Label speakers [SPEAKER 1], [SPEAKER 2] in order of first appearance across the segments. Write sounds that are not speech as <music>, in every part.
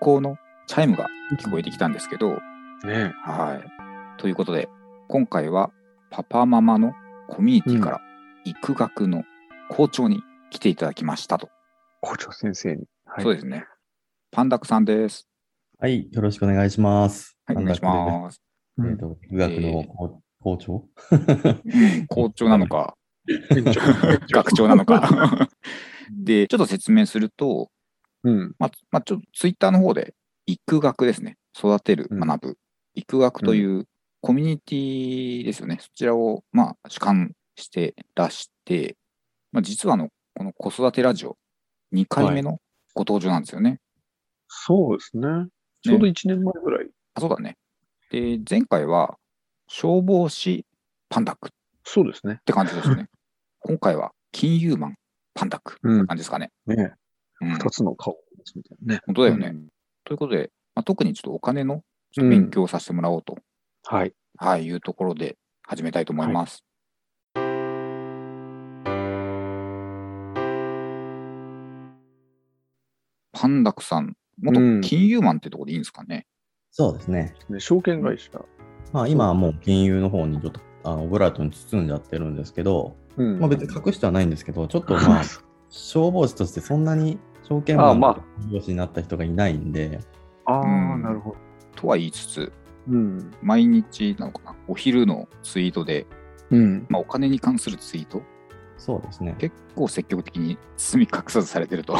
[SPEAKER 1] 校のチャイムが聞こえてきたんですけど、
[SPEAKER 2] ね
[SPEAKER 1] はい。ということで、今回はパパママのコミュニティから、育学の校長に来ていただきましたと。
[SPEAKER 2] 校長先生に。はい
[SPEAKER 1] そうですね。パンダクさんです。
[SPEAKER 3] はい、よろしくお願いします。
[SPEAKER 1] はい、お願いします。
[SPEAKER 3] なんだっけ。えっ、と、医学
[SPEAKER 1] え
[SPEAKER 3] の
[SPEAKER 1] ー
[SPEAKER 3] 校校長
[SPEAKER 1] うん校長なのか、
[SPEAKER 2] 園 <laughs> 長
[SPEAKER 1] 学長なのか。で、ちょっと説明すると、
[SPEAKER 2] うん。
[SPEAKER 1] まあ、まあ、ちょっとツイッターの方で、育学ですね。育てる、
[SPEAKER 2] うん
[SPEAKER 1] 学ぶ。育学というコミュニティですよね。そちらを、まあ、主観してらして、まあ、実はあの、この子育てラジオ、2回目のご登場なんですよね。
[SPEAKER 2] そうですね。ちょうど1年前ぐらい。
[SPEAKER 1] あ、そうだね。で、前回は、消防士パンダックっ
[SPEAKER 2] そうですね。
[SPEAKER 1] て感じ
[SPEAKER 2] <laughs>
[SPEAKER 1] ですね。今回は、金融マンパンダックって
[SPEAKER 2] うん。
[SPEAKER 1] 感じですかね。
[SPEAKER 2] ね
[SPEAKER 1] うん、
[SPEAKER 2] 二つの顔を持つみたいなね。
[SPEAKER 1] 本当だよね。
[SPEAKER 2] うん
[SPEAKER 1] ということで、まあ、特にちょっとお金のちょっ
[SPEAKER 2] う
[SPEAKER 1] と
[SPEAKER 2] ん
[SPEAKER 1] 勉強をさせてもらおうと
[SPEAKER 2] はい。
[SPEAKER 1] はい、いうところで始めたいと思います。パンダクさん、
[SPEAKER 2] うん
[SPEAKER 1] 元金融マンってところでいいんですかね。
[SPEAKER 3] そうですね。
[SPEAKER 2] ね証券会社。
[SPEAKER 3] まあ今はもう金融の方にちょっとあのオブラートに包んじゃってるんですけど、
[SPEAKER 2] うん
[SPEAKER 3] まあ別に隠してはないんですけど、ちょっと
[SPEAKER 1] <laughs>
[SPEAKER 3] まあ消防士としてそんなに証券
[SPEAKER 2] あ
[SPEAKER 3] マン
[SPEAKER 2] まあ
[SPEAKER 3] の消防士になった人がいないんで、
[SPEAKER 2] ああ、
[SPEAKER 1] うん
[SPEAKER 2] なるほど。
[SPEAKER 1] とは言いつつ、
[SPEAKER 2] うん。
[SPEAKER 1] 毎日なのかな、お昼のツイートで、
[SPEAKER 2] うん。
[SPEAKER 1] まあ、お金に関するツイート、
[SPEAKER 3] そうですね。
[SPEAKER 1] 結構積極的に包み隠さずされてると。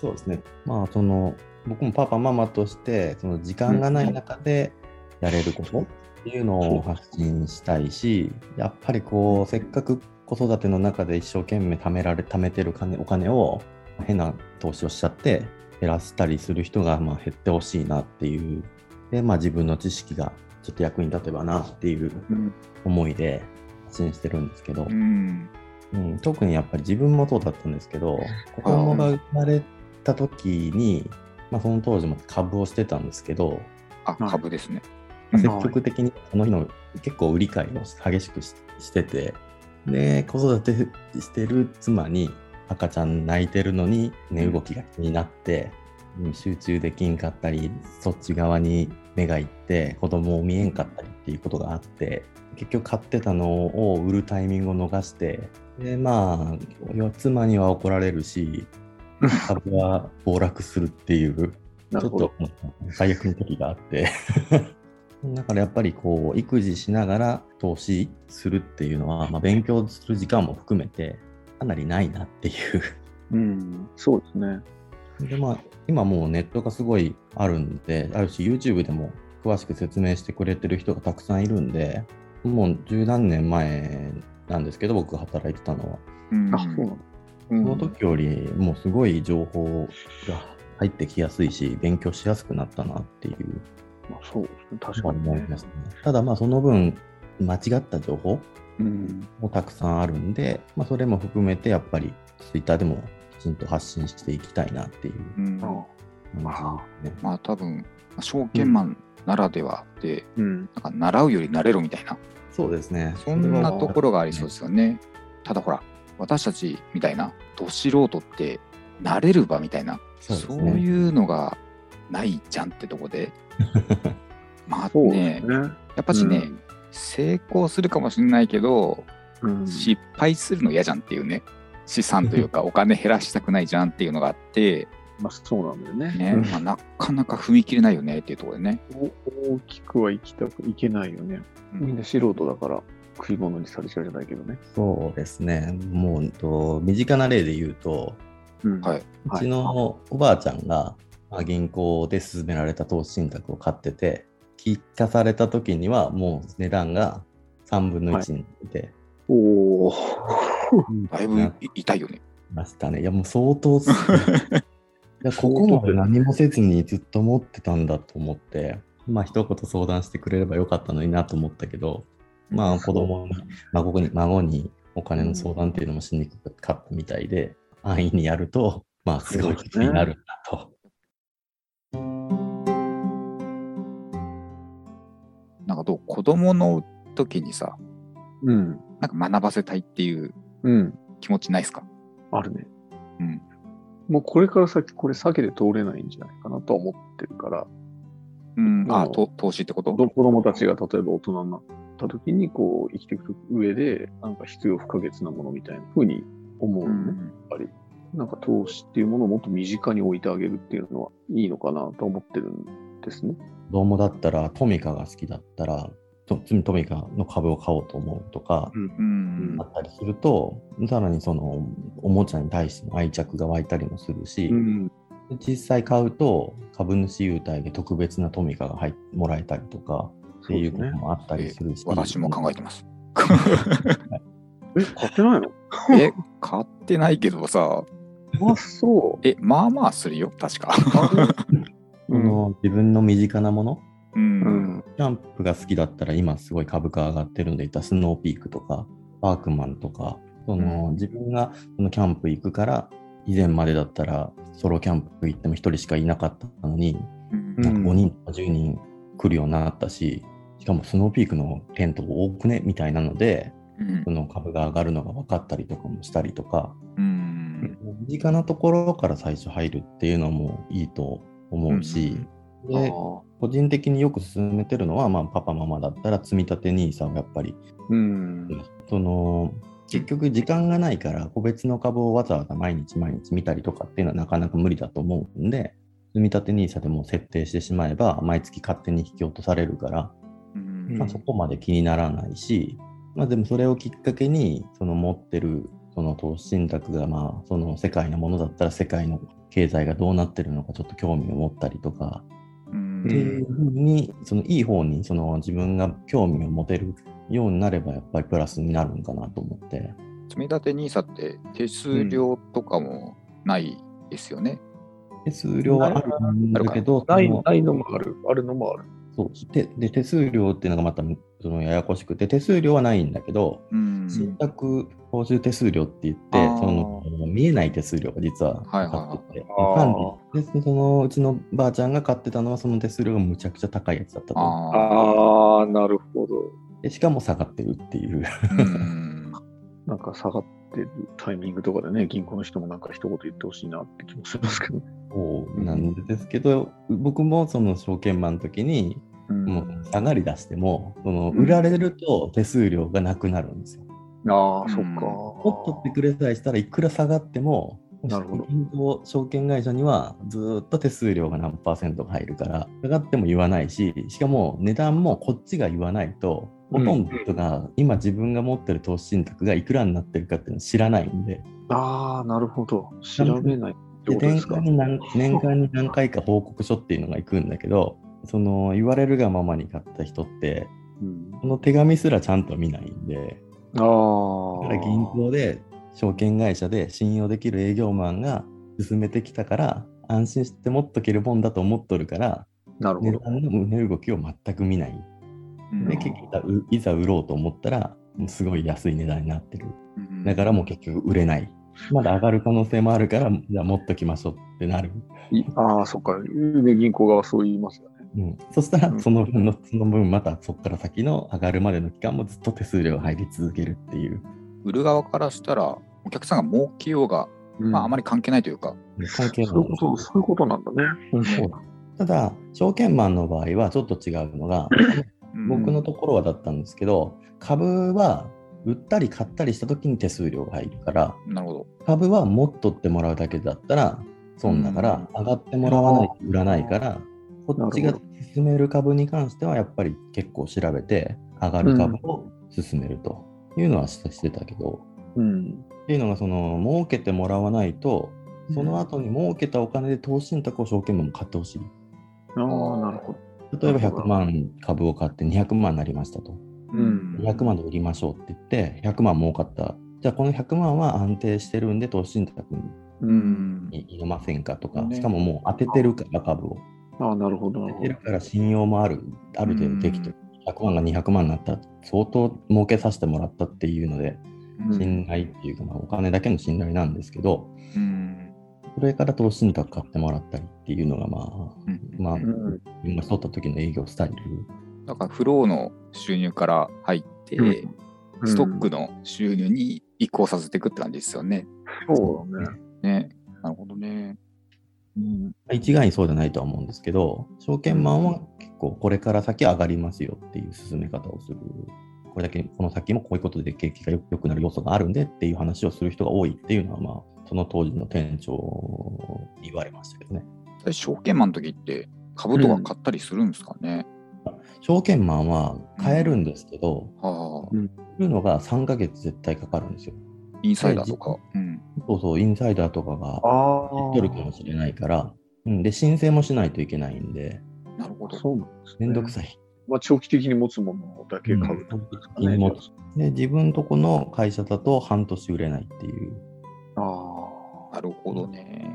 [SPEAKER 3] そうですね。まあその僕もパパママとしてその時間がない中でやれることっていうのを発信したいし、やっぱりこうせっかく子育ての中で一生懸命貯められ貯めてる金お金を変な投資をしちゃって減らしたりする人がまあ減ってほしいなっていうでまあ自分の知識がちょっと役に立てばなっていう
[SPEAKER 2] うん
[SPEAKER 3] 思いで発信してるんですけど。
[SPEAKER 1] うん、
[SPEAKER 3] うん、特にやっぱり自分もそうだったんですけど子供が生まれた時に、まあ、その当時も株をしてたんですけど、
[SPEAKER 1] あ、
[SPEAKER 2] はい
[SPEAKER 1] 株ですね。
[SPEAKER 3] まあ積極的にその日の結構売り買いを激しくししててで子育てしてる妻に赤ちゃん泣いてるのに値、動きが気になって、うん集中できんかったりそっち側に目がいって子供を見えんかったりっていうことがあって結局買ってたのを売るタイミングを逃してでまあ妻には怒られるし株は暴落するっていう。
[SPEAKER 2] な
[SPEAKER 3] ちょっ
[SPEAKER 2] るほ
[SPEAKER 3] と
[SPEAKER 2] ど。
[SPEAKER 3] 最悪の時があって。 <laughs> だからやっぱりこう育児しながら投資するっていうのは、まあ、勉強する時間も含めてかなりないなっていう。 <laughs>
[SPEAKER 2] うん。そうですね。
[SPEAKER 3] でまあ今もうネットがすごいあるんで、あるし YouTube でも詳しく説明してくれてる人がたくさんいるんで、もう十何年前なんですけど、僕が働いてたのは。
[SPEAKER 1] うん
[SPEAKER 2] あ、そうなの。う
[SPEAKER 3] そ
[SPEAKER 2] ん
[SPEAKER 3] の時よりもうすごい情報が入ってきやすいし、勉強しやすくなったなっていう
[SPEAKER 2] まあそうですね。確かに
[SPEAKER 3] 思い
[SPEAKER 2] ね。
[SPEAKER 3] ますね。ただまあその分間違った情報
[SPEAKER 2] うん。
[SPEAKER 3] もたくさんあるんで、まあ、それも含めてやっぱりツイッターでもきちんと発信していきたいなっていう
[SPEAKER 1] うん
[SPEAKER 2] あ
[SPEAKER 3] 感じですね。
[SPEAKER 1] まあ、多分、証券マンならではで、
[SPEAKER 2] うん。
[SPEAKER 1] なんか習うより慣れろみたいな。
[SPEAKER 3] そうですね。
[SPEAKER 1] そんなところがありそうですよね。ただほら、私たちみたいな、ど素人って、慣れる場みたいな、
[SPEAKER 3] そ
[SPEAKER 1] そうう
[SPEAKER 3] ですね。
[SPEAKER 1] いうのがないじゃんってとこ
[SPEAKER 2] <laughs>
[SPEAKER 1] で、まあ
[SPEAKER 2] そうで
[SPEAKER 1] ね
[SPEAKER 2] す、ね。
[SPEAKER 1] やっぱしね、成功するかもしれないけど、
[SPEAKER 2] うん。
[SPEAKER 1] 失敗するの嫌じゃんっていうね、資産というか、お金減らしたくないじゃんっていうのがあって、
[SPEAKER 2] まあそうなんだよね。
[SPEAKER 1] ね
[SPEAKER 2] うん
[SPEAKER 1] まあ、なかなか踏み切れないよねっていうところでね。
[SPEAKER 2] お大きくは生きたくいけないよね。
[SPEAKER 1] うん
[SPEAKER 2] みんな素人だから食い物にされちゃうじゃないけどね。
[SPEAKER 3] そうですね。もううんと身近な例で言うと、
[SPEAKER 2] うん
[SPEAKER 1] はい。
[SPEAKER 3] うちのおばあちゃんが、まあ、銀行で勧められた投資信託を買ってて、聞かされた時にはもう値段が3分の1になってて、
[SPEAKER 2] おお。
[SPEAKER 1] だいぶい痛いよね。
[SPEAKER 3] ましたね。いや、もう相当 <laughs> すいや、ここまで何もせずにずっと持ってたんだと思って、まあ、一言相談してくれればよかったのになと思ったけど、まあ、子供に、孫に、孫にお金の相談っていうのもしにくかったみたいで、安易にやると、まあ、すごいことになるんだと。
[SPEAKER 1] なんかどう子供の時にさ、
[SPEAKER 2] うん。
[SPEAKER 1] なんか学ばせたいっていう
[SPEAKER 2] うん。
[SPEAKER 1] 気持ちないですか
[SPEAKER 2] あるね。
[SPEAKER 1] うん。
[SPEAKER 2] もうこれから先、これ避けて通れないんじゃないかなとは思ってるから、
[SPEAKER 1] うん、
[SPEAKER 2] うん
[SPEAKER 1] あ、と投資ってこと
[SPEAKER 2] 子供たちが例えば大人になった時に、こう、生きていく上で、なんか必要不可欠なものみたいな風に思う
[SPEAKER 1] う
[SPEAKER 2] のね。
[SPEAKER 1] ん、
[SPEAKER 2] なんか投資っていうものをもっと身近に置いてあげるっていうのはいいのかなと思ってるんですね。
[SPEAKER 3] どうもだったらトミカが好きだったらとトミカの株を買おうと思うとか
[SPEAKER 1] うん
[SPEAKER 3] あったりするとさらにそのおもちゃに対しての愛着が湧いたりもするし、
[SPEAKER 2] ん。
[SPEAKER 3] 実際買うと株主優待で特別なトミカが入っもらえたりとかっていうこともあったりするし、
[SPEAKER 1] 私も考えてます。
[SPEAKER 2] え、買ってないの
[SPEAKER 1] <laughs> え、買ってないけどさ、
[SPEAKER 2] あ、そ
[SPEAKER 1] え、まあまあするよ、確か。
[SPEAKER 2] う。
[SPEAKER 3] その自分の身近なもの
[SPEAKER 1] <laughs> うん
[SPEAKER 2] うん。
[SPEAKER 3] キャンプが好きだったら今すごい株価上がってるんでいったらスノーピークとかワークマンとかその自分がそのキャンプ行くから以前までだったらソロキャンプ行っても1人しかいなかったのに
[SPEAKER 1] うん
[SPEAKER 2] うん
[SPEAKER 3] 5人とか10人来るようになったししかもスノーピークのテント多くねみたいなので
[SPEAKER 1] うん
[SPEAKER 3] その株が上がるのが分かったりとかもしたりとか
[SPEAKER 1] うん
[SPEAKER 3] 身近なところから最初入るっていうのもいいと思うし、
[SPEAKER 2] あ
[SPEAKER 3] で
[SPEAKER 2] ー
[SPEAKER 3] 個人的によく勧めてるのは、まあ、パパママだったら積み立て NISA をやっぱり
[SPEAKER 2] うん。
[SPEAKER 3] その結局時間がないから個別の株をわざわざ毎日毎日見たりとかっていうのはなかなか無理だと思うんで積み立て NISA でも設定してしまえば毎月勝手に引き落とされるから、
[SPEAKER 1] うん
[SPEAKER 3] まあ、そこまで気にならないし、まあ、でもそれをきっかけにその持ってるその投資信託がまあその世界のものだったら世界の経済がどうなってるのかちょっと興味を持ったりとか
[SPEAKER 1] うん
[SPEAKER 3] っていうふうにそのいい方にその自分が興味を持てるようになればやっぱりプラスになるんかなと思って
[SPEAKER 1] 積み立て NISA って手数料とかもないですよね。
[SPEAKER 3] 手数料はあるんだけど
[SPEAKER 2] ない
[SPEAKER 3] その
[SPEAKER 2] ないのもある。あるのもある。
[SPEAKER 3] そうでで手数料っていうのがまたそのややこしくて手数料はないんだけど
[SPEAKER 1] うん
[SPEAKER 3] 信託報酬手数料って言って、
[SPEAKER 1] あー
[SPEAKER 3] その見えない手数料が実は
[SPEAKER 1] はいはい
[SPEAKER 3] か
[SPEAKER 1] は
[SPEAKER 3] か
[SPEAKER 1] い
[SPEAKER 3] ってて、
[SPEAKER 2] あー
[SPEAKER 3] 管理でそのうちのばあちゃんが買ってたのはその手数料がむちゃくちゃ高いやつだったと
[SPEAKER 1] あ
[SPEAKER 2] ああ、なるほど。
[SPEAKER 3] でしかも下がってるっていう
[SPEAKER 1] あ、うん
[SPEAKER 2] なんか下がってるタイミングとかでね、銀行の人もなんか一言言ってほしいなって気もしますけど。
[SPEAKER 3] そうなんですけど、僕もその証券マンの時に
[SPEAKER 2] うん
[SPEAKER 3] もう下がり出しても、その
[SPEAKER 1] うん
[SPEAKER 3] 売られると手数料がなくなるんですよ。
[SPEAKER 2] ああ、そっ
[SPEAKER 1] うん
[SPEAKER 2] か。
[SPEAKER 3] もっとってくれさえしたらいくら下がっても
[SPEAKER 2] なるほど
[SPEAKER 3] 銀行証券会社にはずーっと手数料が何パーセントが入るから下がっても言わないししかも値段もこっちが言わないとほとんどの人が今自分が持ってる投資信託がいくらになってるかっていうのを知らないんで
[SPEAKER 2] ああ、なるほど。調べないっ
[SPEAKER 3] で
[SPEAKER 2] てことで
[SPEAKER 3] 年
[SPEAKER 2] すか。
[SPEAKER 3] 間に何
[SPEAKER 2] <laughs>
[SPEAKER 3] 年間に何回か報告書っていうのが行くんだけどその言われるがままに買った人って
[SPEAKER 2] うん
[SPEAKER 3] この手紙すらちゃんと見ないんで
[SPEAKER 2] あ
[SPEAKER 3] だか
[SPEAKER 2] あ。
[SPEAKER 3] ら銀行で証券会社で信用できる営業マンが進めてきたから安心して持っとけるもんだと思っとるから
[SPEAKER 2] なるほ
[SPEAKER 3] 値
[SPEAKER 2] ど。
[SPEAKER 3] 段の値動きを全く見ない
[SPEAKER 1] うん
[SPEAKER 3] で結局いざ売ろうと思ったらもうすごい安い値段になってる
[SPEAKER 1] うん
[SPEAKER 3] だからもう結局売れないまだ上がる可能性もあるからじゃあ持っときましょうってなる
[SPEAKER 2] いああ、そっか。で、銀行側はそう言いますよね。
[SPEAKER 3] うん、そしたら
[SPEAKER 1] うん
[SPEAKER 3] その分の、その分またそこから先の上がるまでの期間もずっと手数料が入り続けるっていう、
[SPEAKER 1] 売る側からしたら、お客さんが儲けようが、まあ、あま
[SPEAKER 2] り
[SPEAKER 1] り関係ないというか、
[SPEAKER 3] 関係ない
[SPEAKER 2] そういうこと、そういうことなんだね。
[SPEAKER 3] そうただ、証券マンの場合はちょっと違うのが、
[SPEAKER 1] うん
[SPEAKER 3] 僕のところはだったんですけど、株は売ったり買ったりした時に手数料が入るから、
[SPEAKER 1] なるほど。
[SPEAKER 3] 株は持っとってもらうだけだったら損だから、上がってもらわないと売らないから、こっちが進める株に関してはやっぱり結構調べて上がる株を進めるというのはしてたけど、
[SPEAKER 2] うん。
[SPEAKER 3] っていうのがその儲けてもらわないとその後に儲けたお金で投資信託を証券マンも買ってほしい
[SPEAKER 2] ああ、なるほど。
[SPEAKER 3] 例えば
[SPEAKER 2] なるほど
[SPEAKER 3] 100万株を買って200万になりましたと
[SPEAKER 2] うん
[SPEAKER 3] 200万で売りましょうって言って100万儲かったじゃあこの100万は安定してるんで投資信託に
[SPEAKER 1] う
[SPEAKER 2] う。
[SPEAKER 1] んん
[SPEAKER 3] に入れませんかとか、
[SPEAKER 1] ね
[SPEAKER 3] しかももう当ててるから株を
[SPEAKER 2] ああ、なるほど、な
[SPEAKER 3] 当
[SPEAKER 2] る
[SPEAKER 3] てて
[SPEAKER 2] ほど
[SPEAKER 3] る。から信用もあるある程度できてる100万が200万になったら相当儲けさせてもらったっていうので
[SPEAKER 1] うん
[SPEAKER 3] 信頼っていうか、まあ、お金だけの信頼なんですけど
[SPEAKER 1] うん
[SPEAKER 3] それから投資信託買ってもらったりっていうのがまあまあ
[SPEAKER 2] うん。
[SPEAKER 3] 自分が取った時の営業スタイル
[SPEAKER 1] だからフローの収入から入って、
[SPEAKER 2] うん
[SPEAKER 1] ストックの収入に移行させていくって感じですよね。
[SPEAKER 2] そうだね。
[SPEAKER 1] ね。なるほどね。うん。
[SPEAKER 3] 一概にそうじゃないとは思うんですけど、証券マンは結構これから先上がりますよっていう進め方をする。これだけ、この先もこういうことで景気がよ良くなる要素があるんでっていう話をする人が多いっていうのは、まあ、その当時の店長に言われましたけどね。
[SPEAKER 1] で証券マンの時って株とか買ったりするんですかね。
[SPEAKER 3] 証券マンは買えるんですけど、
[SPEAKER 1] はあ、
[SPEAKER 3] 売るのが3ヶ月絶対かかるんですよ。
[SPEAKER 1] インサイダーとか。うん。
[SPEAKER 3] そうそう、インサイダーとかが
[SPEAKER 2] あ
[SPEAKER 3] 取るかもしれないから、うん、で、申請もしないといけないんで、
[SPEAKER 1] なるほど。
[SPEAKER 2] そうなんですね。
[SPEAKER 3] めんどくさい。
[SPEAKER 2] まあ、長期的に持つものだけ買うとかね、
[SPEAKER 3] うんで、自分とこの会社だと半年売れないっていう。
[SPEAKER 2] あ
[SPEAKER 1] なるほどね。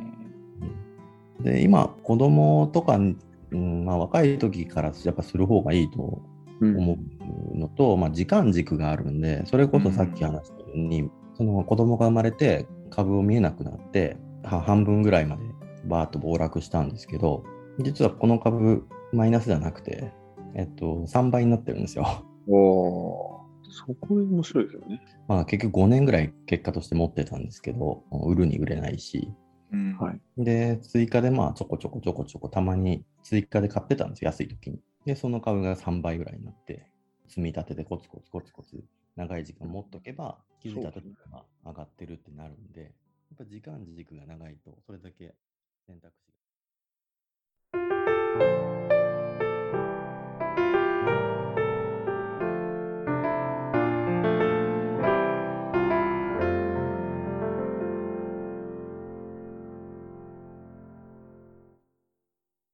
[SPEAKER 3] で、今、子供とか、うんまあ、若い時からやっぱする方がいいと
[SPEAKER 2] ーうん
[SPEAKER 3] 思うのと、まあ、時間軸があるんで、それこそさっき話したように、その子供が生まれて株を見えなくなって、は半分ぐらいまでバーッと暴落したんですけど、実はこの株、マイナスじゃなくて、えっと、3倍になってるんですよ。 <laughs>
[SPEAKER 2] おーそこ面白いですよね。
[SPEAKER 3] まあ結局5年ぐらい結果として持ってたんですけど、売るに売れないし、
[SPEAKER 1] うん。
[SPEAKER 2] はい
[SPEAKER 3] で、追加でまあちょこちょこちょこちょこたまに追加で買ってたんですよ、安い時に。で、その株が3倍ぐらいになって、積み立てでコツコツコツコツ長い時間持っとけば、気づいた時には上がってるってなるんで、やっぱ時間軸が長いと、それだけ選択肢が。